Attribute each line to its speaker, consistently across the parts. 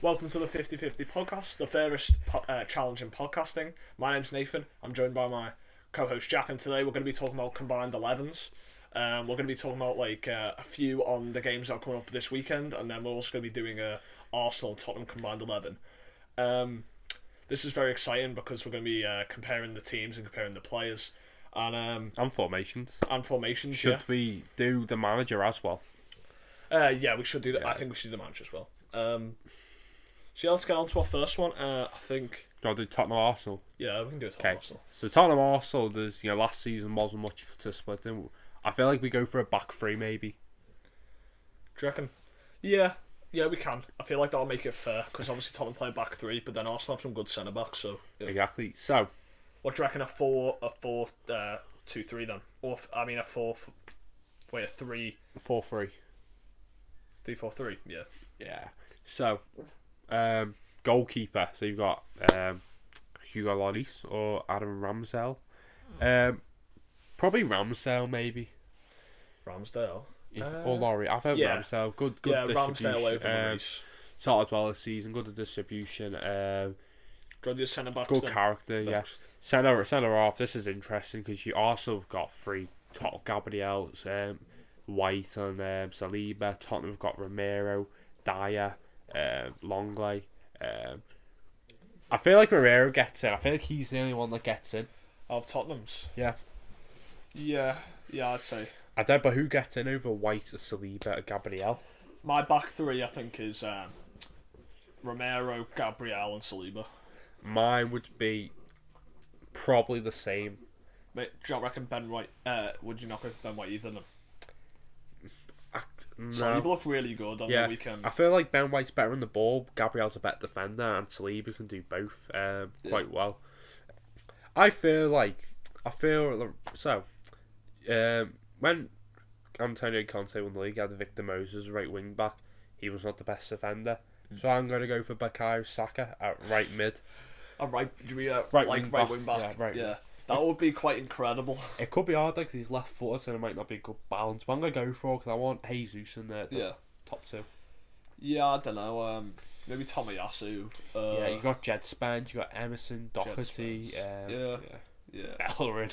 Speaker 1: Welcome to the 50 50 podcast, the fairest po- uh, challenge in podcasting. My name's Nathan. I'm joined by my co host Jack, and today we're going to be talking about combined 11s. Um, we're going to be talking about like uh, a few on the games that are coming up this weekend, and then we're also going to be doing a Arsenal and Tottenham combined 11. Um, this is very exciting because we're going to be uh, comparing the teams and comparing the players and um,
Speaker 2: And formations.
Speaker 1: and formations.
Speaker 2: Should
Speaker 1: yeah.
Speaker 2: we do the manager as well?
Speaker 1: Uh, yeah, we should do that. I think we should do the match as well. Um, so yeah, let's get on to our first one. Uh, I think
Speaker 2: Do you want to do Tottenham Arsenal?
Speaker 1: yeah, we can do it.
Speaker 2: Okay.
Speaker 1: Arsenal.
Speaker 2: So Tottenham Arsenal, there's you know last season wasn't much to split in. I feel like we go for a back three maybe.
Speaker 1: Do you reckon? Yeah, yeah, we can. I feel like that'll make it fair because obviously Tottenham play back three, but then Arsenal have some good centre backs. So yeah.
Speaker 2: Exactly. So
Speaker 1: what do you reckon? A four, a four, uh, two, three then, or f- I mean a four, f- wait, a three,
Speaker 2: four three.
Speaker 1: three, four, three. Yeah,
Speaker 2: Yeah. So um goalkeeper. So you've got um Hugo Lloris or Adam Ramsell. Um probably Ramsell maybe.
Speaker 1: Ramsdale.
Speaker 2: Yeah, or Laurie. I've heard
Speaker 1: Uh, yeah.
Speaker 2: Ramsell. Good good
Speaker 1: yeah,
Speaker 2: distribution.
Speaker 1: Ramsdale over
Speaker 2: um,
Speaker 1: Lloris.
Speaker 2: started well this season, good distribution, um
Speaker 1: Do you want to do centre backs?
Speaker 2: good
Speaker 1: then?
Speaker 2: character, yeah.
Speaker 1: Next.
Speaker 2: Centre centre half. This is interesting because you also have got three top Gabriels, um, White and um, Saliba. Tottenham have got Romero, Dyer, um, Longley. Um, I feel like Romero gets in. I feel like he's the only one that gets in.
Speaker 1: Of Tottenham's.
Speaker 2: Yeah.
Speaker 1: Yeah, yeah, I'd say.
Speaker 2: I don't know who gets in over White, Saliba, and Gabriel.
Speaker 1: My back three, I think, is um, Romero, Gabriel, and Saliba.
Speaker 2: Mine would be probably the same.
Speaker 1: Mate, do you not reckon Ben White? Uh, would you not go for Ben White either? No.
Speaker 2: I, no.
Speaker 1: Saliba looked really good on
Speaker 2: Yeah,
Speaker 1: the weekend.
Speaker 2: I feel like Ben White's better on the ball. Gabriel's a better defender, and Saliba can do both um, quite well. I feel like I feel so. Um, when Antonio Conte won the league, he had Victor Moses right wing back. He was not the best defender,
Speaker 1: Mm.
Speaker 2: so I'm going to go for Bakayo Saka at right mid.
Speaker 1: A right, do we, uh,
Speaker 2: Right
Speaker 1: like
Speaker 2: wing
Speaker 1: right
Speaker 2: back.
Speaker 1: wing back?
Speaker 2: Yeah, right wing.
Speaker 1: that would be quite incredible.
Speaker 2: It could be hard because he's left footed, and it might not be a good balance. But I'm going to go for it because I want Jesus in the, the
Speaker 1: Yeah,
Speaker 2: top two.
Speaker 1: yeah, I don't know. Um, maybe Tomiyasu. Uh,
Speaker 2: yeah, you got Jed Spence, you got Emerson, Doherty,
Speaker 1: Spence.
Speaker 2: um,
Speaker 1: Yeah. yeah,
Speaker 2: Bellerin.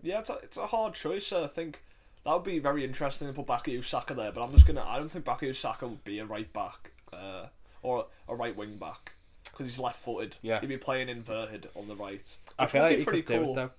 Speaker 1: yeah. It's a, it's a hard choice. uh, I think that would be very interesting to put Bakayu Saka there, but I'm just gonna. I don't think Bakayu Saka would be a right back uh, or a right wing back because he's left footed.
Speaker 2: Yeah.
Speaker 1: he'd be playing inverted on the right.
Speaker 2: I
Speaker 1: which
Speaker 2: feel
Speaker 1: would
Speaker 2: like
Speaker 1: be
Speaker 2: he
Speaker 1: pretty
Speaker 2: could do
Speaker 1: cool.
Speaker 2: it though.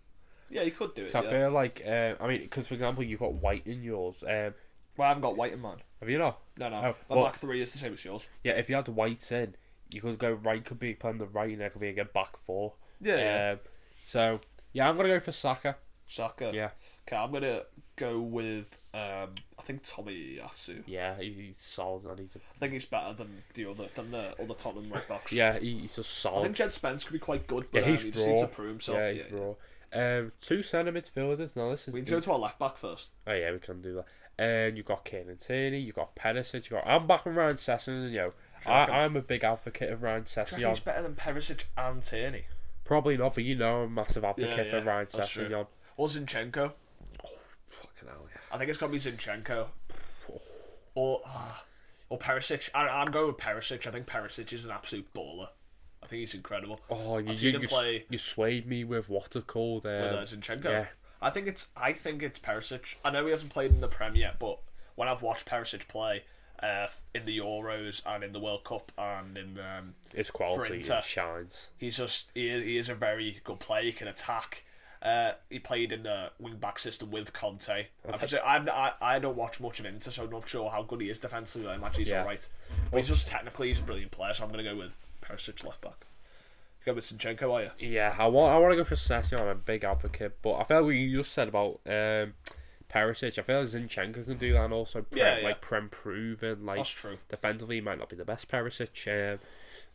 Speaker 1: Yeah, he could do it.
Speaker 2: So I
Speaker 1: yeah.
Speaker 2: feel like, um, I mean, because for example, you've got White in yours. Um,
Speaker 1: Well, I haven't got White in mine.
Speaker 2: have you not?
Speaker 1: No, no.
Speaker 2: Oh,
Speaker 1: my
Speaker 2: well-
Speaker 1: back three is the same as yours.
Speaker 2: Yeah, if you had White in, you could go right. Could be playing the right, and it could be again back four.
Speaker 1: Yeah, yeah.
Speaker 2: Um, so yeah, I'm gonna go for Saka.
Speaker 1: Saka.
Speaker 2: Yeah,
Speaker 1: Okay, I'm gonna go with um. I think Tommy Yasu.
Speaker 2: yeah, he, he's solid. And he's a,
Speaker 1: I think he's better than the other than the other Tottenham right backs.
Speaker 2: yeah, he, he's just
Speaker 1: I think
Speaker 2: solid.
Speaker 1: Jed Spence could be quite good,
Speaker 2: Yeah,
Speaker 1: but um,
Speaker 2: he's
Speaker 1: he just needs
Speaker 2: raw.
Speaker 1: to prove himself.
Speaker 2: Yeah, he's raw. Um, two centre midfielders. Now this is.
Speaker 1: We need to go to our left back first.
Speaker 2: Oh yeah, we can do that. And you've got Kane and Tierney, you've got Perisic, you got I'm back on Ryan Sessegnon. You know, I, I'm a big advocate of Ryan Sessegnon.
Speaker 1: better than Perisic and Tierney.
Speaker 2: Probably not, but you know I'm a massive
Speaker 1: Yeah,
Speaker 2: advocate
Speaker 1: yeah,
Speaker 2: for Ryan
Speaker 1: that's true.
Speaker 2: Sessegnon.
Speaker 1: Or Zinchenko.
Speaker 2: Fucking hell, yeah.
Speaker 1: I think it's gonna be Zinchenko. Or ah, or Perisic. I, I'm going with Perisic. I think Perisic is an absolute baller. I think he's incredible.
Speaker 2: Oh, you,
Speaker 1: I've seen
Speaker 2: you,
Speaker 1: him
Speaker 2: you s-
Speaker 1: play-
Speaker 2: you swayed me with what are called. Um,
Speaker 1: with uh, Zinchenko.
Speaker 2: yeah.
Speaker 1: I think it's I think it's Perisic. I know he hasn't played in the Prem yet, but when I've watched Perisic play uh, in the Euros and in the World Cup and in um,
Speaker 2: it's
Speaker 1: for
Speaker 2: quality,
Speaker 1: Inter.
Speaker 2: it shines.
Speaker 1: he's just he, he is a very good player. He can attack. Uh, he played in the wing back system with Conte. I'm just- I'm, I, I don't watch much of Inter, so I'm not sure how good he is defensively. I imagine he's
Speaker 2: Yeah.
Speaker 1: alright. But he's just technically he's a brilliant player, so I'm going to go with Perisic left back. You go with Zinchenko, are you?
Speaker 2: Yeah, I want I want to go for Sessegnon. I'm a big advocate, but I feel like what you just said about um, Perisic. I feel like Zinchenko can do that, and also Prem,
Speaker 1: Yeah, yeah.
Speaker 2: like Prem proven, like
Speaker 1: That's true.
Speaker 2: defensively, he might not be the best Perisic. Um,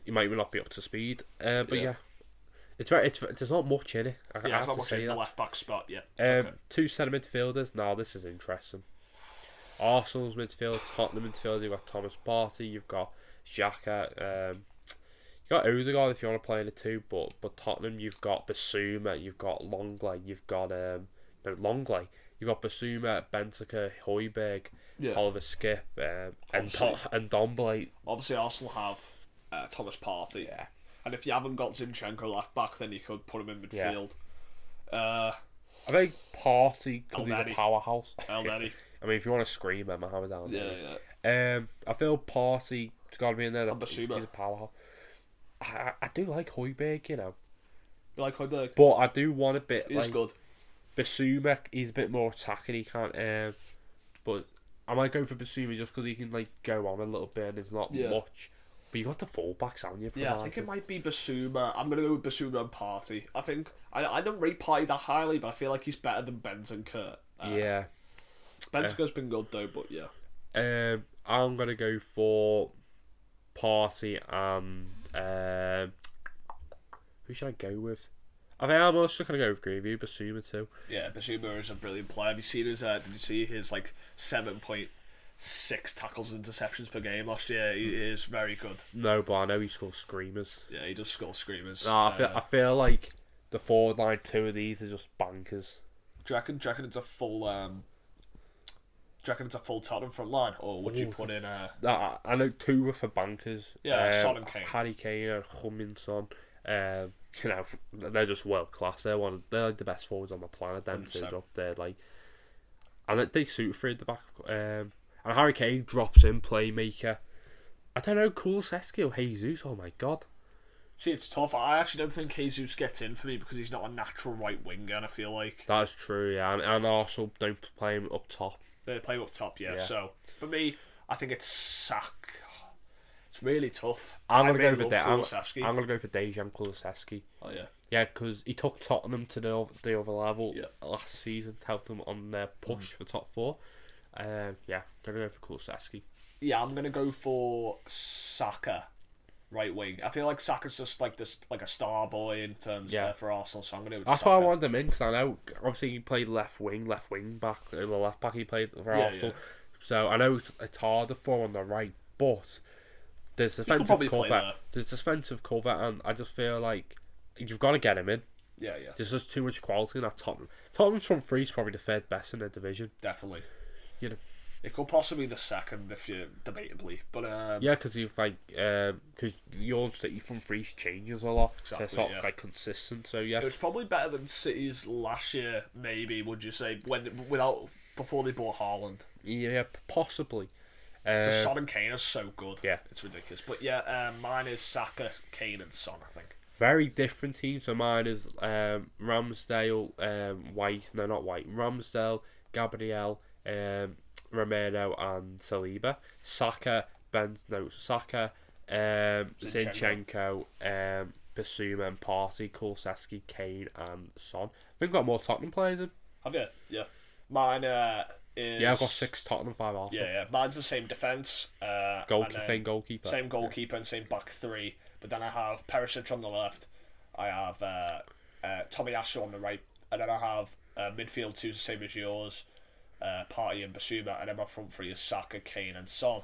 Speaker 2: he might not be up to speed. Uh, but
Speaker 1: Yeah.
Speaker 2: yeah. it's very it's there's not much in it. I, I
Speaker 1: Yeah,
Speaker 2: have
Speaker 1: I'm not
Speaker 2: to say
Speaker 1: watching
Speaker 2: that.
Speaker 1: the left back spot yet.
Speaker 2: Um,
Speaker 1: okay.
Speaker 2: Two centre midfielders. Now this is interesting. Arsenal's midfield, Tottenham midfield. You've got Thomas Partey. You've got Xhaka. Um, you got Odegaard if you want to play in a two, but but Tottenham you've got Basuma, you've got Longley, you've got um no Longley, you've got Basuma, Benteke, Hoiberg,
Speaker 1: Yeah.
Speaker 2: Oliver Skip, um, and
Speaker 1: Obviously.
Speaker 2: Tot- and Dombley.
Speaker 1: Obviously, Arsenal have uh, Thomas Party.
Speaker 2: Yeah.
Speaker 1: And if you haven't got Zinchenko left back, then you could put him in
Speaker 2: Yeah.
Speaker 1: midfield. Uh,
Speaker 2: I think Party because he's a
Speaker 1: Elneny.
Speaker 2: powerhouse.
Speaker 1: El Neri.
Speaker 2: I mean, if you want to scream at Mohamed Al
Speaker 1: Yeah,
Speaker 2: Neni.
Speaker 1: yeah.
Speaker 2: Um, I feel Party has got to be in there.
Speaker 1: And
Speaker 2: he's
Speaker 1: Basuma.
Speaker 2: a powerhouse. I, I I do like Hoiberg, you know,
Speaker 1: You like Hoiberg?
Speaker 2: but I do want a bit
Speaker 1: He's
Speaker 2: like
Speaker 1: good.
Speaker 2: Basuma. He's a bit more attacking. He can't. Um, but I might go for Basuma just because he can like go on a little bit and it's not
Speaker 1: Yeah.
Speaker 2: much. But you got the fullbacks, haven't you?
Speaker 1: Yeah, I think it might be Basuma. I'm gonna go with Basuma and Party. I think I I don't rate Party that highly, but I feel like he's better than Benz and Kurt. Uh,
Speaker 2: yeah.
Speaker 1: Benzica's been good though, but yeah,
Speaker 2: Um, I'm gonna go for party and um, who should I go with? I think I'm also gonna go with Greavy, Basuma too.
Speaker 1: yeah, Basuma is a brilliant player. Have you seen his? Uh, did you see his like seven point six tackles and interceptions per game last year? He is very good.
Speaker 2: No, but I know he scores screamers.
Speaker 1: Yeah, he does score screamers.
Speaker 2: No, Ah, I feel
Speaker 1: Uh,
Speaker 2: I feel like the forward line two of these are just bankers.
Speaker 1: do you reckon? Do you reckon it's a full? Um, do you reckon it's a full Tottenham front line, or would you put in a?
Speaker 2: No, I, I know two were for bankers. Um,
Speaker 1: Yeah, Son and Kane.
Speaker 2: Harry Kane and Humminson. Um, you know, they're just world class. They're one. Of, they're like the best forwards on the planet. Them two
Speaker 1: 100%.
Speaker 2: up there, like, and they, they suit through the back. Um, and Harry Kane drops in playmaker. I don't know, cool Sesco, Jesus. Oh my god.
Speaker 1: See, it's tough. I actually don't think Jesus gets in for me because he's not a natural right winger, and I feel like
Speaker 2: That's true. Yeah, and, and Arsenal don't play him up top.
Speaker 1: they play up top. Yeah.
Speaker 2: Yeah.
Speaker 1: So for me, I think it's Sack. It's really tough.
Speaker 2: I'm
Speaker 1: I
Speaker 2: gonna
Speaker 1: really
Speaker 2: go for
Speaker 1: love
Speaker 2: De- I'm,
Speaker 1: Kulusevski.
Speaker 2: I'm gonna go for Dejan Kulusevski.
Speaker 1: Oh yeah.
Speaker 2: Yeah, because he took Tottenham to the, oth- the other level
Speaker 1: Yeah. Mm.
Speaker 2: last season to help them on their push for top four. Um, yeah, gonna go for Kulusevski.
Speaker 1: Yeah, I'm gonna go for Saka, right wing. I feel like Saka's just like this, like a star boy in terms
Speaker 2: Yeah.
Speaker 1: uh, for Arsenal. So I'm gonna. Go with
Speaker 2: That's
Speaker 1: Saka.
Speaker 2: why I wanted him in because I know obviously he played left wing, left wing back, uh, the left back he played for
Speaker 1: Yeah,
Speaker 2: Arsenal.
Speaker 1: yeah.
Speaker 2: So I know it's, it's harder for him on the right, but there's defensive
Speaker 1: probably play
Speaker 2: cover,
Speaker 1: there.
Speaker 2: there's defensive cover, and I just feel like you've got to get him in.
Speaker 1: Yeah, yeah,
Speaker 2: There's just too much quality in that Tottenham. Tottenham's front three is probably the third best in the division.
Speaker 1: definitely.
Speaker 2: You know.
Speaker 1: It could possibly be the second if you debatably, but um,
Speaker 2: Yeah, because you've like um, because your city from freeze changes a lot. so it's
Speaker 1: Exactly,
Speaker 2: not
Speaker 1: yeah.
Speaker 2: like consistent. So
Speaker 1: It
Speaker 2: yeah,
Speaker 1: was probably better than City's last year, maybe. Would you say when without before they bought Haaland?
Speaker 2: yeah, p- possibly. Uh,
Speaker 1: The Son and Kane are so good.
Speaker 2: yeah.
Speaker 1: it's ridiculous. But yeah, um, mine is Saka, Kane, and Son. I think.
Speaker 2: very different teams. So mine is um, Ramsdale, um, White. No, not White. Ramsdale, Gabriel, um, Romero, and Saliba. Saka, Ben. No, Saka, um, Zinchenko,
Speaker 1: Zinchenko.
Speaker 2: um, Basuma, and Party. Kulseski, Kane, and Son. We've got more Tottenham players in.
Speaker 1: Have you? Yeah. Mine uh, is.
Speaker 2: Yeah, I've got six Tottenham, five Arsenal.
Speaker 1: Yeah, yeah. Mine's the same defense. Uh, and
Speaker 2: Goalkeeper,
Speaker 1: then
Speaker 2: same goalkeeper.
Speaker 1: Same goalkeeper and same back three. But then I have Perisic on the left. I have uh, uh, Tommy Asu on the right, and then I have uh, midfield two, the same as yours. Uh, Party and Basuma, and then my front three is Saka, Kane, and Son.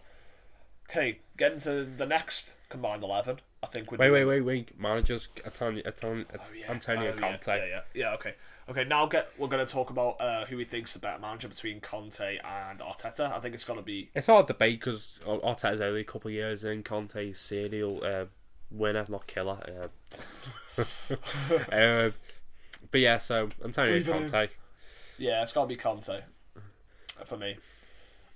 Speaker 1: Okay, getting to the next combined eleven. I think we're
Speaker 2: Wait,
Speaker 1: doing-
Speaker 2: wait, wait, wait. Managers, Antonio, Antonio,
Speaker 1: yeah.
Speaker 2: Antonio
Speaker 1: Oh, yeah,
Speaker 2: Conte.
Speaker 1: Yeah, yeah, yeah. Okay, okay. Now get we're gonna talk about uh, who he thinks the better manager between Conte and Arteta. I think it's gonna be
Speaker 2: It's hard debate because Arteta's only a couple of years in. Conte's serial uh, winner, not killer. Uh, uh, but yeah, so Antonio
Speaker 1: Leave it in.
Speaker 2: Conte.
Speaker 1: Yeah, it's got to be Conte for me.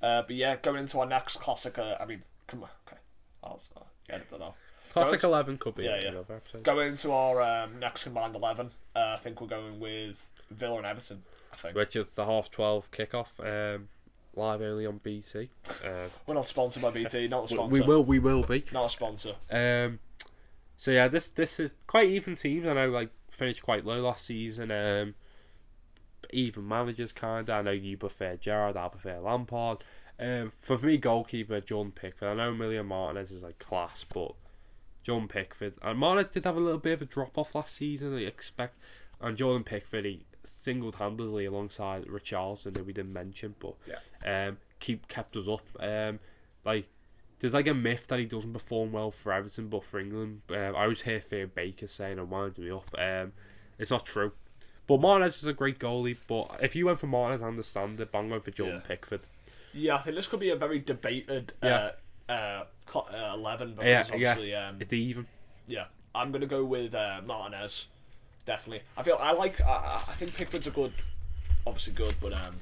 Speaker 1: Uh, but yeah, going into our next classic. Uh, I mean, come on. Okay, I'll, I'll edit that out.
Speaker 2: Classic
Speaker 1: Guys?
Speaker 2: eleven could be
Speaker 1: Yeah, yeah.
Speaker 2: another episode.
Speaker 1: Going into our um, next combined eleven. Uh, I think we're going with Villa and Everton. I think
Speaker 2: Which is the half twelve kickoff. Um, live only on BT. Uh,
Speaker 1: we're not sponsored by BT. Not a
Speaker 2: we,
Speaker 1: sponsor.
Speaker 2: we will, we will be.
Speaker 1: Not a sponsor.
Speaker 2: Um, so yeah, this this is quite even teams. I know like finished quite low last season. Um, even managers kind. I know you prefer Gerard, I prefer Lampard. Um, for me, goalkeeper John Pickford. I know Emilio Martinez is like class, but John Pickford and Martinez did have a little bit of a drop off last season. I expect and Jordan Pickford he single handedly alongside Richarlison who we didn't mention, but um, keep kept us up. Um, like there's like a myth that he doesn't perform well for Everton, but for England, um, I always hear Theo Baker saying, "I'm winding me up." Um, it's not true. But Martinez is a great goalie. But if you went for Martinez, I understand it. But I'm going for Jordan
Speaker 1: Yeah.
Speaker 2: Pickford.
Speaker 1: Yeah, I think this could be a very debated uh,
Speaker 2: Yeah.
Speaker 1: uh, cl- uh, eleven
Speaker 2: Yeah,
Speaker 1: because
Speaker 2: yeah.
Speaker 1: obviously um,
Speaker 2: It's even.
Speaker 1: yeah, I'm gonna go with uh, Martinez. Definitely, I feel I like. I, I I think Pickford's a good, obviously good, but um,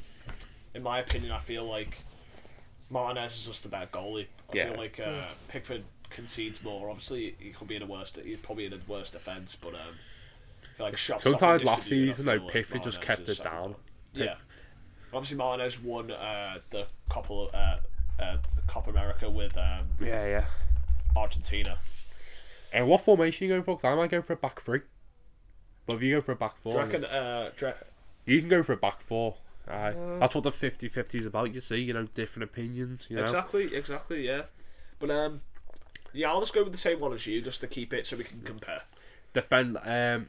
Speaker 1: in my opinion, I feel like Martinez is just the better goalie. I
Speaker 2: Yeah.
Speaker 1: feel like uh, Pickford concedes more. Obviously, he could be in a worst. He's probably in a worse defense, but um, I feel like shots. up
Speaker 2: Sometimes
Speaker 1: and
Speaker 2: last
Speaker 1: distributed, I
Speaker 2: season, though,
Speaker 1: feel like
Speaker 2: Pickford just
Speaker 1: Martinez
Speaker 2: kept
Speaker 1: is
Speaker 2: it
Speaker 1: second
Speaker 2: down.
Speaker 1: to yeah. Obviously, Martinez won uh, the couple uh, uh, the Copa America with um,
Speaker 2: Yeah, yeah.
Speaker 1: Argentina.
Speaker 2: And what formation are you going for? 'Cause I might go for a back three. But if you go for a back four,
Speaker 1: Do you reckon? Uh, do you reckon-
Speaker 2: you can go for a back four. Aye. That's what the 50 50 is about, you see. You know, different opinions. You know?
Speaker 1: Exactly, exactly, yeah. But um, yeah, I'll just go with the same one as you, just to keep it so we can compare.
Speaker 2: defend. Um,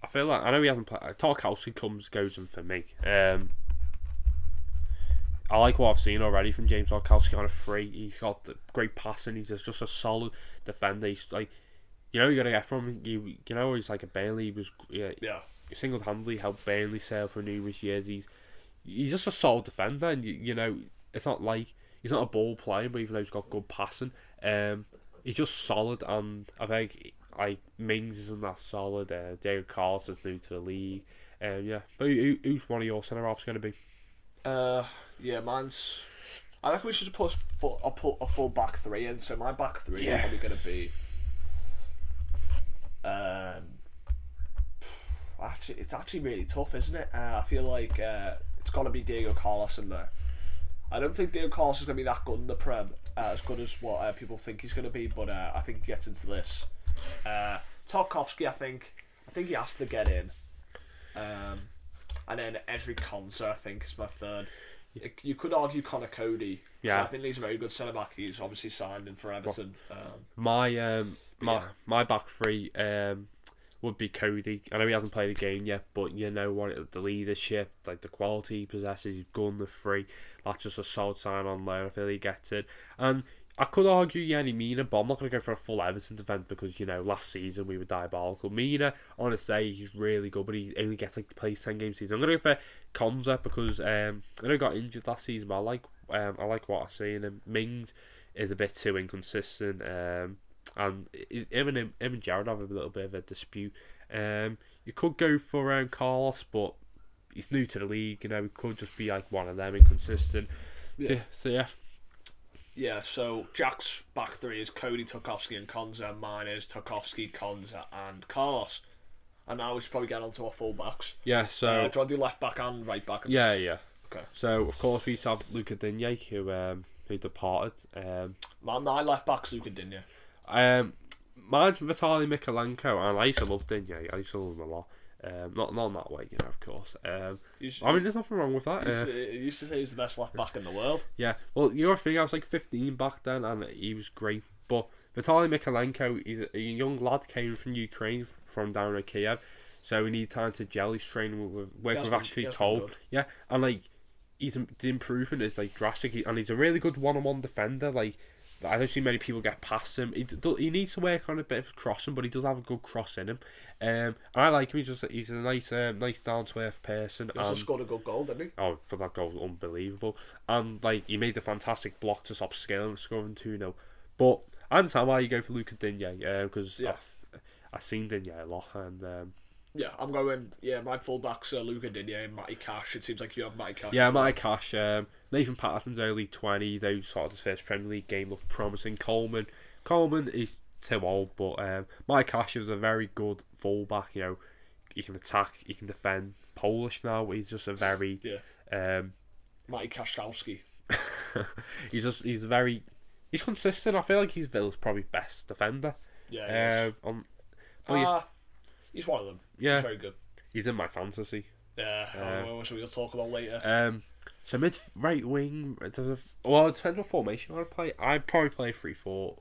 Speaker 2: I feel like I know he hasn't played. uh, Tarkowski comes goes in for me. Um, I like what I've seen already from James Tarkowski on a free. He's got the great passing. He's just, just a solid defender. He's like, you know, you gotta get from him. You, you know, he's like a Bailey. He was yeah,
Speaker 1: Yeah,
Speaker 2: single handedly helped Burnley sail for numerous years. He's he's just a solid defender, and you, you know it's not like he's not a ball player, but even though he's got good passing, um, he's just solid. And I think like Mings isn't that solid. Uh, Diego Carlos is new to the league. Um, yeah, but who, who's one of your centre halves going to be?
Speaker 1: uh, yeah, mine's. I reckon we should put full, a, put a full back three in. So my back three
Speaker 2: Yeah.
Speaker 1: is probably going to be. Um, actually, it's actually really tough, isn't it? Uh, I feel like uh, it's going to be Diego Carlos in there. I don't think Diego Carlos is going to be that good in the Prem, uh, as good as what uh, people think he's going to be. But uh, I think he gets into this. Uh, Tarkovsky, I think, I think he has to get in. Um, and then Esri Konsa, I think, is my third. It- You could argue Connor Cody. 'cause
Speaker 2: Yeah.
Speaker 1: I think he's a very good centre back. He's obviously signed in for Everton. Um,
Speaker 2: My um my
Speaker 1: Yeah.
Speaker 2: my back three um would be Cody. I know he hasn't played a game yet, but you know what the leadership, like the quality he possesses, he's gun the free. That's just a solid sign on loan. I feel he gets it. And I could argue Yanni Mina, but I'm not gonna go for a full Everton defence because, you know, last season we were diabolical. Mina, I wanna say he's really good, but he only gets like to play ten games a season. I'm gonna go for Konza because um I know he got injured last season, but I like um I like what I see in him. Mings is a bit too inconsistent. Um, and i- i- him and him, him and Jared have a little bit of a dispute. Um, you could go for um, Carlos, but he's new to the league. You know, he could just be like one of them inconsistent. Yeah. So, so yeah,
Speaker 1: yeah, so Jack's back three is Cody, Tarkovsky, and Konza. Mine is Tarkovsky, Konza, and Carlos. And now we should probably get onto our full backs.
Speaker 2: yeah. So
Speaker 1: Uh, do I do left back and right back? and-
Speaker 2: yeah, yeah.
Speaker 1: Okay.
Speaker 2: So of course we used to have Luca Digne who um who departed. Um,
Speaker 1: My, my left back's Luka Dinya.
Speaker 2: um, mine's Vitaly Mikalenko, and I used to love Digne. I used to love him a lot. Um, not not in that way, you know, of course. Um,
Speaker 1: He's,
Speaker 2: I mean, there's nothing wrong with that.
Speaker 1: he's,
Speaker 2: uh,
Speaker 1: uh, he used to say he's the best left back in the world.
Speaker 2: Yeah, well, you know, I think I was like 15 back then, and he was great. But Vitaly Mikalenko, he's a young lad, came from Ukraine, from down in Kiev, so he needed time to gel. He's training with work
Speaker 1: has
Speaker 2: with
Speaker 1: been-
Speaker 2: actually
Speaker 1: he has been
Speaker 2: Cole.
Speaker 1: good.
Speaker 2: Yeah, and like he's the improvement is like drastic, he, and he's a really good one-on-one defender. Like I don't see many people get past him. He, d- do- he needs to work on a bit of crossing, but he does have a good cross in him. Um, and I like him. He's just he's a nice, um, nice down-to-earth person.
Speaker 1: He also
Speaker 2: and-
Speaker 1: scored a good goal, didn't he?
Speaker 2: Oh, but that goal was unbelievable. And like he made a fantastic block to stop scaling and scoring 2 0. But I understand why you go for Luca Digne, um, because
Speaker 1: Yeah.
Speaker 2: I've, I've seen Digne a lot and um,
Speaker 1: Yeah, I'm going. Yeah, my fullbacks are Luca Dinya and Matty Cash. It seems like you have Matty Cash.
Speaker 2: Yeah,
Speaker 1: as well.
Speaker 2: Matty Cash, um, Nathan Patterson's early 20, though started his first Premier League game, looked promising. Coleman, Coleman is too old, but um, Matty Cash is a very good fullback. You know, he can attack, he can defend. Polish now, he's just a very.
Speaker 1: Yeah,
Speaker 2: Um,
Speaker 1: Matty Kashkowski.
Speaker 2: he's just he's very he's consistent. I feel like he's Villa's probably best defender.
Speaker 1: Yeah,
Speaker 2: Um, on,
Speaker 1: he
Speaker 2: but
Speaker 1: is.
Speaker 2: yeah,
Speaker 1: Uh, he's one of them.
Speaker 2: yeah,
Speaker 1: He's very good.
Speaker 2: he's in my fantasy.
Speaker 1: Yeah, uh, which we'll talk about later.
Speaker 2: Um, so mid right wing. the- Well, it depends what formation I want to play. I'd probably play three four.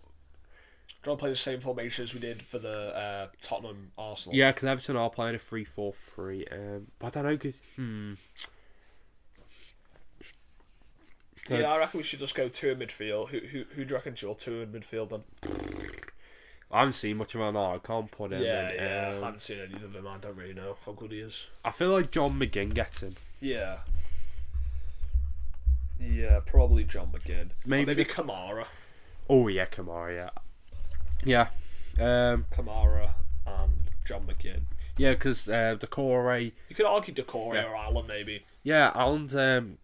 Speaker 1: Do you want to play the same formation as we did for the uh, Tottenham Arsenal?
Speaker 2: Yeah, because Everton are playing a three four three. Um, but I don't know because hmm.
Speaker 1: Yeah, I reckon we should just go two in midfield. Who who who do you reckon's your two in midfield then?
Speaker 2: I haven't seen much of him now. I can't put him.
Speaker 1: yeah,
Speaker 2: in.
Speaker 1: yeah.
Speaker 2: Um,
Speaker 1: I haven't seen any of them. I don't really know how good he is.
Speaker 2: I feel like John McGinn gets in.
Speaker 1: Yeah. Yeah, probably John McGinn. Or
Speaker 2: Maybe-
Speaker 1: maybe Kamara.
Speaker 2: Oh yeah, Kamara. Yeah, yeah, um,
Speaker 1: Kamara and John McKinn.
Speaker 2: yeah. Because uh, the core array.
Speaker 1: You could argue Decore
Speaker 2: Yeah.
Speaker 1: or Allen maybe.
Speaker 2: Yeah, Alan's um,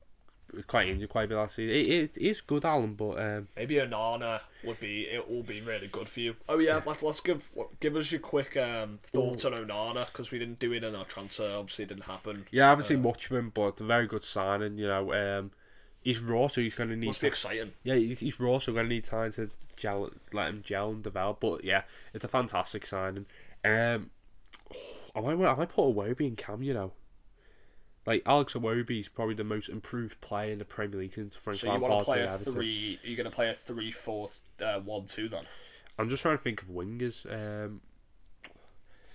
Speaker 2: quite injured quite a bit last season. It, it is good, Alan, but um,
Speaker 1: Maybe Onana would be. It will be really good for you. Oh yeah, Let, let's give give us your quick um, thoughts on Onana because we didn't do it in our transfer. Obviously, it didn't happen.
Speaker 2: yeah, I haven't
Speaker 1: Uh,
Speaker 2: seen much of him. But it's a very good signing. You know, um, he's raw, so he's going to need.
Speaker 1: Must be exciting.
Speaker 2: Yeah, he's, he's raw, so we're gonna need time to gel, let him gel and develop. But yeah, it's a fantastic signing. Um, I might, I might put Awobi in Cam. You know, like Alex Awobi is probably the most improved player in the Premier League since Frank
Speaker 1: So you want to
Speaker 2: Lampard's
Speaker 1: play
Speaker 2: been
Speaker 1: a
Speaker 2: at Everton.
Speaker 1: three? You're going to play a three-four, uh, one-two then.
Speaker 2: I'm just trying to think of wingers. Um,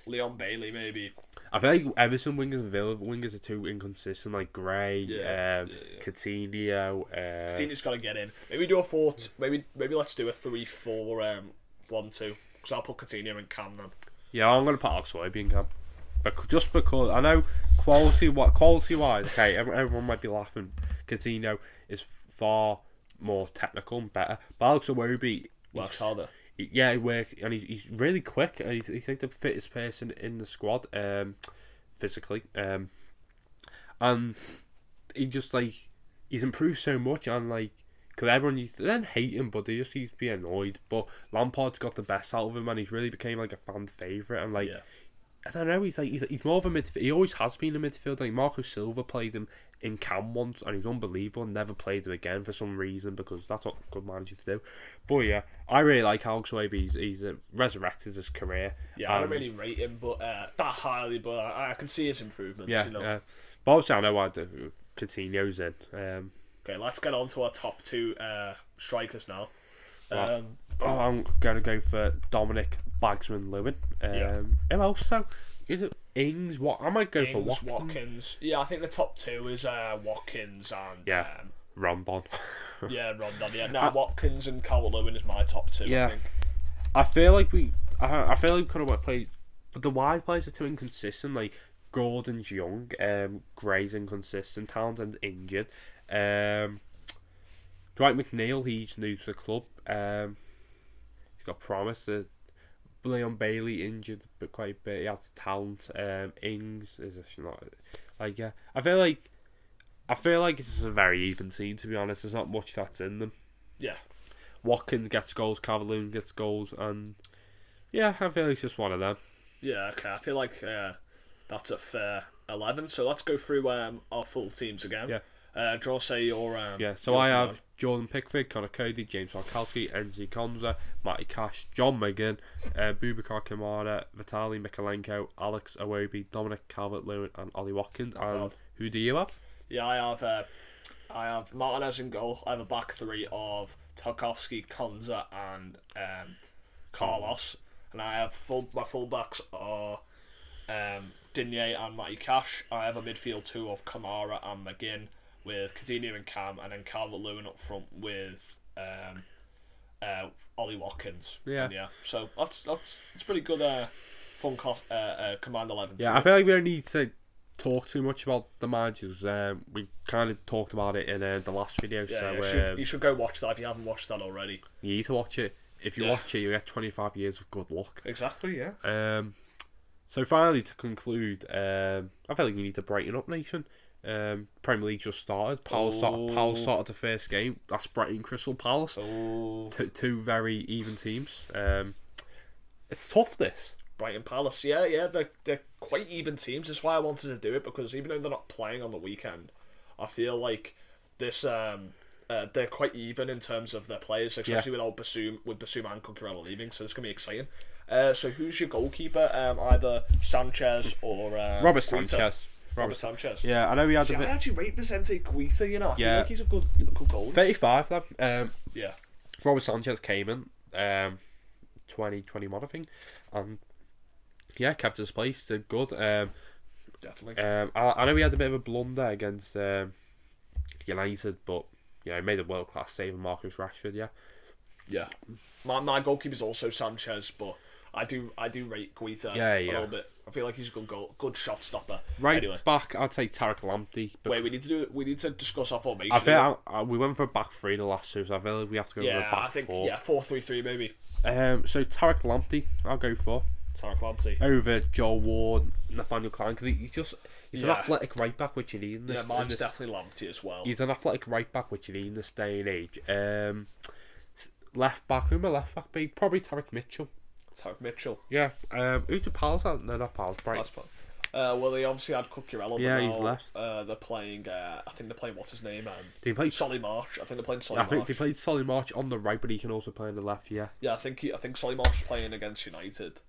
Speaker 1: Leon Bailey maybe.
Speaker 2: I feel like Everton wingers and Villa wingers are too inconsistent. Like Gray,
Speaker 1: Yeah,
Speaker 2: um,
Speaker 1: yeah, yeah.
Speaker 2: Coutinho. Uh,
Speaker 1: Coutinho's got to get in. Maybe do a four. t- Maybe maybe let's do a three-four, um, one-two. Because I'll put Coutinho and Cam then.
Speaker 2: Yeah, I'm gonna put Alex Wade in camp, but just because I know quality, what quality wise, okay, ev- everyone might be laughing. Coutinho is far more technical and better, but Alex Iwobi,
Speaker 1: Works harder.
Speaker 2: yeah, he work and he, he's really quick. And he's, he's like the fittest person in the squad, um, physically, um, and he just like he's improved so much and like. Because everyone used to then hate him, but they just used to be annoyed. But Lampard's got the best out of him, and he's really became like a fan favorite. And like,
Speaker 1: Yeah.
Speaker 2: I don't know. He's like he's, he's more of a midfielder. He always has been a midfielder. Like Marco Silva played him in Cam once, and he was unbelievable. And never played him again for some reason because that's what good managers do. But yeah, I really like Alex Wade. He's, he's uh, resurrected his career.
Speaker 1: Yeah, I
Speaker 2: Um,
Speaker 1: don't really rate him, but uh, that highly. But I, I can see his improvements.
Speaker 2: yeah.
Speaker 1: you know.
Speaker 2: uh, but obviously, I know why the Coutinho's in. Um,
Speaker 1: Okay, let's get on to our top two uh, strikers now.
Speaker 2: Right.
Speaker 1: Um,
Speaker 2: oh, I'm gonna go for Dominic Bagsman Lewin. Um,
Speaker 1: Yeah.
Speaker 2: Who else? though? is it Ings? What I might go for
Speaker 1: Ings,
Speaker 2: Watkins.
Speaker 1: Watkins. Yeah, I think the top two is uh, Watkins and
Speaker 2: Yeah.
Speaker 1: um,
Speaker 2: Rambon.
Speaker 1: yeah, Rondon. Yeah, now Watkins and Carl Lewin is my top two.
Speaker 2: Uh, Yeah.
Speaker 1: I think.
Speaker 2: I feel like we, I, I feel like we could have played, but the wide players are too inconsistent. Like Gordon's young, um, Gray's inconsistent, Townsend's injured, um, Dwight McNeil he's new to the club, um, he's got promise. Uh, Leon Bailey injured, but quite a bit. He has talent. Um, Ings is just not like yeah. I feel like. I feel like it's a very even team to be honest. There's not much that's in them.
Speaker 1: Yeah,
Speaker 2: Watkins gets goals, Cavaloon gets goals, and yeah, I feel it's just one of them.
Speaker 1: yeah. Okay, I feel like uh, that's a fair eleven. So let's go through um, our full teams again.
Speaker 2: Yeah.
Speaker 1: Uh, draw say your um,
Speaker 2: Yeah, so
Speaker 1: your
Speaker 2: I
Speaker 1: team
Speaker 2: have Jordan Pickford, Connor Cody, James Arkowski, Enzi Konza, Matty Cash, John Megan, uh, Bubakar Kamara, Vitali Mikalenko, Alex Awobi, Dominic Calvert Lewin, and Ollie Watkins. And
Speaker 1: God.
Speaker 2: who do you have?
Speaker 1: Yeah, I have. Uh, I have Martinez in goal. I have a back three of Tarkovsky, Konza, and um, Carlos. And I have full. My full backs are um, Dinier and Matty Cash. I have a midfield two of Kamara and McGinn with Coutinho and Cam, and then Calvert Lewin up front with um, uh, Ollie Watkins.
Speaker 2: Yeah.
Speaker 1: And yeah. So that's that's it's pretty good. Uh, fun co- uh, uh, command eleven.
Speaker 2: Yeah, I feel like we don't need to talk too much about the managers. Um, we kind of talked about it in uh, the last video,
Speaker 1: Yeah,
Speaker 2: so
Speaker 1: yeah, you,
Speaker 2: um,
Speaker 1: should, you should go watch that if you haven't watched that already.
Speaker 2: you need to watch it. If you
Speaker 1: Yeah.
Speaker 2: watch it, you get 25 years of good luck.
Speaker 1: Exactly, yeah.
Speaker 2: Um, so finally, to conclude, um, I feel like we need to brighten up, Nathan. Um, Premier League just started. Palace, started, Palace
Speaker 1: Oh.
Speaker 2: started the first game. That's Brighton Crystal Palace.
Speaker 1: Oh,
Speaker 2: Two, two very even teams. Um, it's tough. This.
Speaker 1: Brighton Palace. Yeah, yeah, they're, they're quite even teams. That's why I wanted to do it because even though they're not playing on the weekend, I feel like this um uh, they're quite even in terms of their players, especially with old Basum with Basum and Cucurella leaving. So it's gonna be exciting. Uh, so who's your goalkeeper? Um, either Sanchez or um,
Speaker 2: Robert
Speaker 1: Guita.
Speaker 2: Sanchez.
Speaker 1: Robert
Speaker 2: Robert.
Speaker 1: Sanchez.
Speaker 2: Yeah, I know he had
Speaker 1: See,
Speaker 2: a
Speaker 1: I
Speaker 2: bit.
Speaker 1: actually rate Vicente Guita. You know, I feel
Speaker 2: Yeah.
Speaker 1: like he's a good, a good goalie.
Speaker 2: Thirty-five. Though. Um,
Speaker 1: yeah,
Speaker 2: Robert Sanchez came in um, 2021, I think, and yeah, kept his place. Did good. Um,
Speaker 1: definitely.
Speaker 2: Um, I, I know he had a bit of a blunder against um, United, but you know he made a world class save on Marcus Rashford. Yeah,
Speaker 1: Yeah. My my goalkeeper's also Sanchez, but I do I do rate Guita
Speaker 2: Yeah,
Speaker 1: a
Speaker 2: yeah.
Speaker 1: little bit I feel like he's a good goal, good shot stopper.
Speaker 2: Right
Speaker 1: Anyway,
Speaker 2: back, I'll take Tarek Lamptey. But
Speaker 1: wait, we need to do we need to discuss our formation.
Speaker 2: I feel I, I, we went for a back three the last two, so I feel like we have to go
Speaker 1: yeah,
Speaker 2: for a
Speaker 1: I
Speaker 2: back
Speaker 1: think
Speaker 2: four.
Speaker 1: yeah, four three three maybe.
Speaker 2: Um, so Tarek Lamptey, I'll go for
Speaker 1: Tarek Lamptey.
Speaker 2: over Joel Ward, Nathaniel Klein. Cause he, he just he's
Speaker 1: Yeah.
Speaker 2: an athletic right back, which you need. In this,
Speaker 1: Yeah,
Speaker 2: in
Speaker 1: mine's
Speaker 2: this-
Speaker 1: definitely Lamptey as well.
Speaker 2: he's an athletic right back, which you need in this day and age. Um, left back, who my left back be? Probably Tarek Mitchell.
Speaker 1: Tarek Mitchell.
Speaker 2: Yeah. Um, who do Pals have? No, not Pals. Brighton.
Speaker 1: That's pro- uh, well, they obviously had Cucurella. but
Speaker 2: Yeah,
Speaker 1: now,
Speaker 2: he's left.
Speaker 1: Uh, they're playing. Uh, I think they're playing what's his name. Um,
Speaker 2: They played.
Speaker 1: Solly March. I think they're playing Solly
Speaker 2: I
Speaker 1: March.
Speaker 2: think they played Solly March on the right, but he can also play on the left. Yeah.
Speaker 1: Yeah, I think he, I think Solly March is playing against United.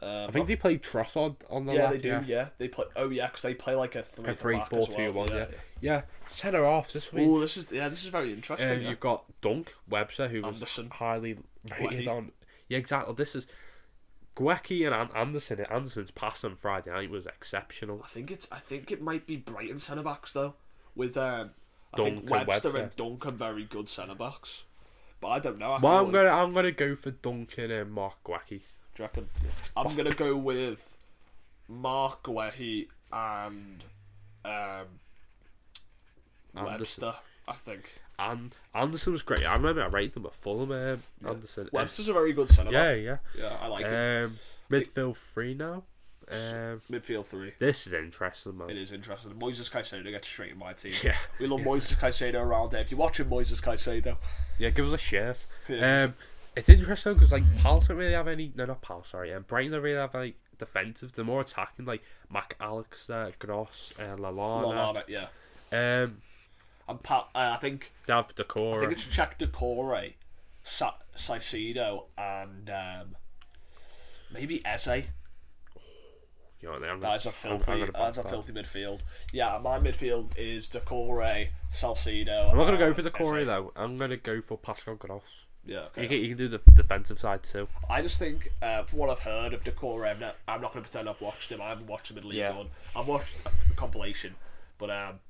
Speaker 1: Um,
Speaker 2: I think they played Trossard on the
Speaker 1: Oh, yeah,
Speaker 2: left.
Speaker 1: they do. Yeah, they play. Oh yeah, because they play like a three,
Speaker 2: A
Speaker 1: at the
Speaker 2: three,
Speaker 1: back
Speaker 2: four,
Speaker 1: as well.
Speaker 2: two, one.
Speaker 1: Yeah.
Speaker 2: Yeah. Yeah. Centre off this week.
Speaker 1: Oh, this is yeah, this is very interesting.
Speaker 2: Um,
Speaker 1: yeah.
Speaker 2: You've got Dunk Webster, who was
Speaker 1: Anderson.
Speaker 2: highly rated
Speaker 1: Gwehi.
Speaker 2: on. Yeah, exactly. This is Gwecky and An- Anderson. Anderson's pass on Friday night was exceptional.
Speaker 1: I think it's I think it might be Brighton centre backs though, with um, I
Speaker 2: Dunk
Speaker 1: think
Speaker 2: and
Speaker 1: Webster and,
Speaker 2: Webster.
Speaker 1: Dunk are very good centre backs, but I don't know. I
Speaker 2: Well,
Speaker 1: feel
Speaker 2: I'm
Speaker 1: like-
Speaker 2: gonna I'm gonna go for Duncan and um, Mark Gwecky.
Speaker 1: do you reckon? I'm gonna go with Mark Wehi and um,
Speaker 2: Anderson. um,
Speaker 1: Webster. I think
Speaker 2: And Anderson was great. I remember I rated them at Fulham. Um, Anderson. Uh,
Speaker 1: Webster's a very good centre back.
Speaker 2: yeah, yeah.
Speaker 1: Yeah, I like it.
Speaker 2: Um, midfield three now. Um,
Speaker 1: Midfield three.
Speaker 2: this is interesting, man.
Speaker 1: It is interesting. Moises Caicedo gets straight in my team.
Speaker 2: Yeah.
Speaker 1: We love Moises Caicedo around there. If you're watching Moises Caicedo,
Speaker 2: Yeah, give us a shirt.
Speaker 1: Yeah.
Speaker 2: Um, it's interesting because like Palace don't really have any. No, not Palace. Sorry, um, Brighton don't really have like defensive. They're more attacking, like Mac Allister, Gross, uh, Lallana.
Speaker 1: Lallana, yeah.
Speaker 2: Um,
Speaker 1: And Pat, uh, I think
Speaker 2: Dav
Speaker 1: I think
Speaker 2: Decore.
Speaker 1: it's Jack Decore, Sa- Saicedo, and um, maybe Eze.
Speaker 2: You know, I'm
Speaker 1: That is a
Speaker 2: gonna- I'm
Speaker 1: filthy.
Speaker 2: gonna back
Speaker 1: That's a
Speaker 2: that.
Speaker 1: filthy midfield. Yeah, my midfield is Decore, Salcedo.
Speaker 2: I'm not gonna go
Speaker 1: and
Speaker 2: for Decore
Speaker 1: Eze.
Speaker 2: though. I'm gonna go for Pascal Gross.
Speaker 1: Yeah,
Speaker 2: You
Speaker 1: okay.
Speaker 2: can, you can do the f- defensive side too.
Speaker 1: I just think uh, from what I've heard of Decore, I'm not, I'm not going to pretend I've watched him. I haven't watched him in League
Speaker 2: Yeah.
Speaker 1: One. I've watched a, compilation, but um,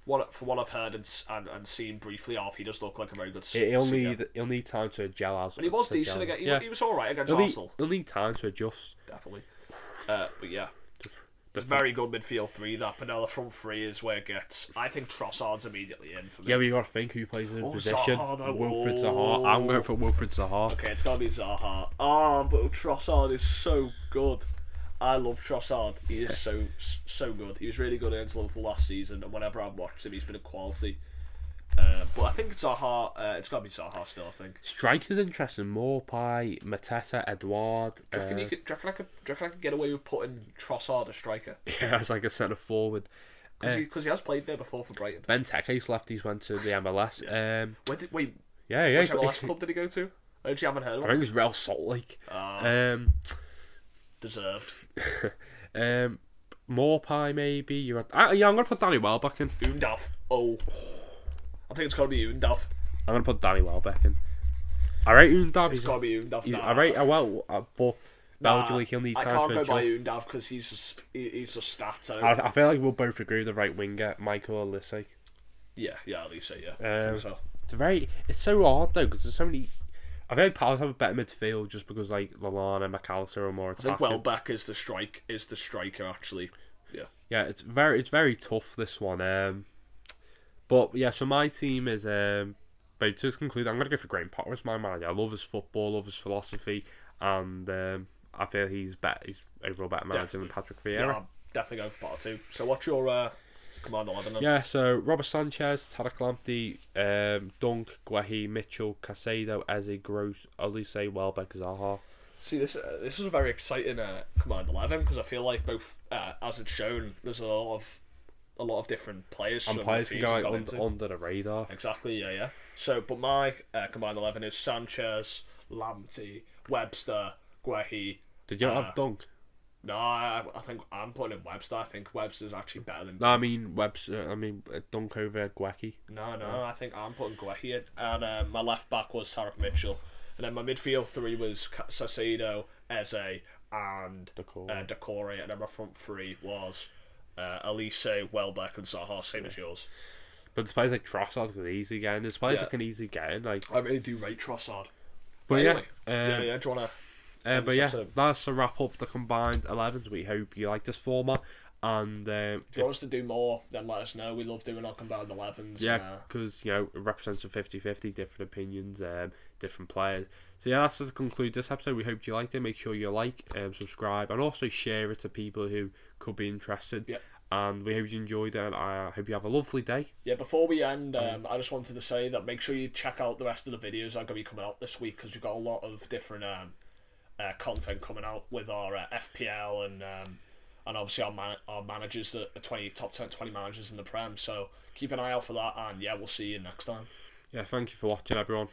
Speaker 1: from what from what I've heard and, s- and and seen briefly of, he does look like a very good. s-
Speaker 2: He- He'll
Speaker 1: seeker.
Speaker 2: need he'll need time to gel as.
Speaker 1: But he was
Speaker 2: to
Speaker 1: decent
Speaker 2: gel.
Speaker 1: again. He,
Speaker 2: yeah.
Speaker 1: he was all right against
Speaker 2: He'll need,
Speaker 1: Arsenal.
Speaker 2: he'll need time to adjust.
Speaker 1: definitely. Uh, but yeah,
Speaker 2: The
Speaker 1: it's very good midfield three. That, but now the front three is where it gets. I think Trossard's immediately in for me.
Speaker 2: Yeah, but you got to think who plays in
Speaker 1: Oh,
Speaker 2: position.
Speaker 1: Zaha, though.
Speaker 2: Wilfred Zaha. I'm going for Wilfred Zaha.
Speaker 1: Okay, it's gotta be Zaha. Ah, but Trossard is so good. I love Trossard. He is so so good. He was really good against Liverpool last season, and whenever I've watched him, he's been a quality. Uh, but I think Zaha. Uh, it's gotta be Zaha still. I think.
Speaker 2: Strikers interesting. Morpie, Mateta, Edouard.
Speaker 1: Do you reckon,
Speaker 2: Uh,
Speaker 1: you could, do you reckon I could? Do you reckon I could get away with putting Trossard a striker?
Speaker 2: yeah, as like a centre forward.
Speaker 1: Because he, 'cause he has played there before for Brighton.
Speaker 2: Ben Teke's lefties went to the MLS. Um,
Speaker 1: Where did, wait,
Speaker 2: yeah, yeah.
Speaker 1: which
Speaker 2: but
Speaker 1: MLS
Speaker 2: it's-
Speaker 1: club did he go to? I actually haven't heard of
Speaker 2: I
Speaker 1: him.
Speaker 2: think it's Real Salt Lake.
Speaker 1: Ah.
Speaker 2: Um,
Speaker 1: deserved.
Speaker 2: um, Morpie maybe. You had, uh, yeah, I'm gonna put Danny Welbeck in.
Speaker 1: Undav. Oh. I think it's gotta be Undav.
Speaker 2: I'm gonna put Danny Welbeck in. I rate Undav.
Speaker 1: It's
Speaker 2: He's,
Speaker 1: gotta be Undav.
Speaker 2: he's,
Speaker 1: Nah.
Speaker 2: I rate uh, well, uh, but Belgium
Speaker 1: Nah,
Speaker 2: he'll need
Speaker 1: Ah, I
Speaker 2: time
Speaker 1: can't
Speaker 2: to
Speaker 1: go by
Speaker 2: adjust.
Speaker 1: Undav because he's just, he, he's just stats. I don't-
Speaker 2: I, I feel like we'll both agree with the right winger, Michael Olise.
Speaker 1: yeah, yeah, at least so, yeah. I
Speaker 2: Um,
Speaker 1: think so.
Speaker 2: It's a very. It's so hard though because there's so many. I think Palace have a better midfield just because like Lallana and McAllister are more
Speaker 1: I think
Speaker 2: attacking.
Speaker 1: Welbeck is the strike is the striker actually. Yeah.
Speaker 2: yeah, it's very it's very tough this one. Um, but yeah, so my team is um. But to conclude, I'm gonna go for Graham Potter as my manager. I love his football, love his philosophy, and um, I feel he's better. He's overall better manager than Patrick
Speaker 1: yeah.
Speaker 2: Vieira.
Speaker 1: I'm definitely going for part two. So what's your uh, command eleven? Then?
Speaker 2: Yeah, so Robert Sanchez, Tarek Lamptey, um, Dunk, Guahi, Mitchell, Casado, Eze, Gross, Olise, Welbeck, Zaha.
Speaker 1: See this uh, this is a very exciting uh, command eleven because I feel like both uh, as it's shown there's a lot of a lot of different players
Speaker 2: And
Speaker 1: from
Speaker 2: players can
Speaker 1: teams
Speaker 2: go
Speaker 1: have
Speaker 2: like,
Speaker 1: gone
Speaker 2: under,
Speaker 1: into.
Speaker 2: under the radar.
Speaker 1: Exactly, yeah, yeah. So, but my uh, combined 11 is Sanchez, Lamptey, Webster, Guehi.
Speaker 2: Did you not have Dunk?
Speaker 1: No, I, I think I'm putting in Webster. I think Webster's actually better than.
Speaker 2: No, I mean Webster. I mean uh, Dunk over Gwacky.
Speaker 1: No, no, I think I'm putting Guehi in. And uh, my left back was Tarek Mitchell. And then my midfield three was Ca- Sacedo, Eze, and
Speaker 2: Decore.
Speaker 1: uh, Decore. And then my front three was uh, Elise, Welbeck, and Zaha, same as yours.
Speaker 2: But despite like Trossard was easy again. Despite
Speaker 1: Yeah.
Speaker 2: like an easy game, like
Speaker 1: I really do rate Trossard.
Speaker 2: but
Speaker 1: Anyway,
Speaker 2: yeah, um,
Speaker 1: yeah, yeah. Do you wanna?
Speaker 2: Uh,
Speaker 1: And
Speaker 2: but
Speaker 1: it's
Speaker 2: yeah,
Speaker 1: up to them.
Speaker 2: that's a wrap up the combined 11s. We hope you like this format. And um,
Speaker 1: If you want us to do more, then let us know. We love doing our combined 11s. and,
Speaker 2: Yeah,
Speaker 1: uh,
Speaker 2: because you know it represents a 50-50, different opinions, um, different players. So yeah, that's to conclude this episode. We hope you liked it. Make sure you like, um, subscribe, and also share it to people who could be interested.
Speaker 1: Yep.
Speaker 2: And we hope you enjoyed it. And I hope you have a lovely day.
Speaker 1: yeah, before we end, um, I just wanted to say that make sure you check out the rest of the videos that are going to be coming out this week because we've got a lot of different um, uh, content coming out with our uh, FPL and um, and obviously our, man- our managers, the the 20 top 10, 20 managers in the Prem. So keep an eye out for that, and yeah, we'll see you next time.
Speaker 2: Yeah, thank you for watching, everyone.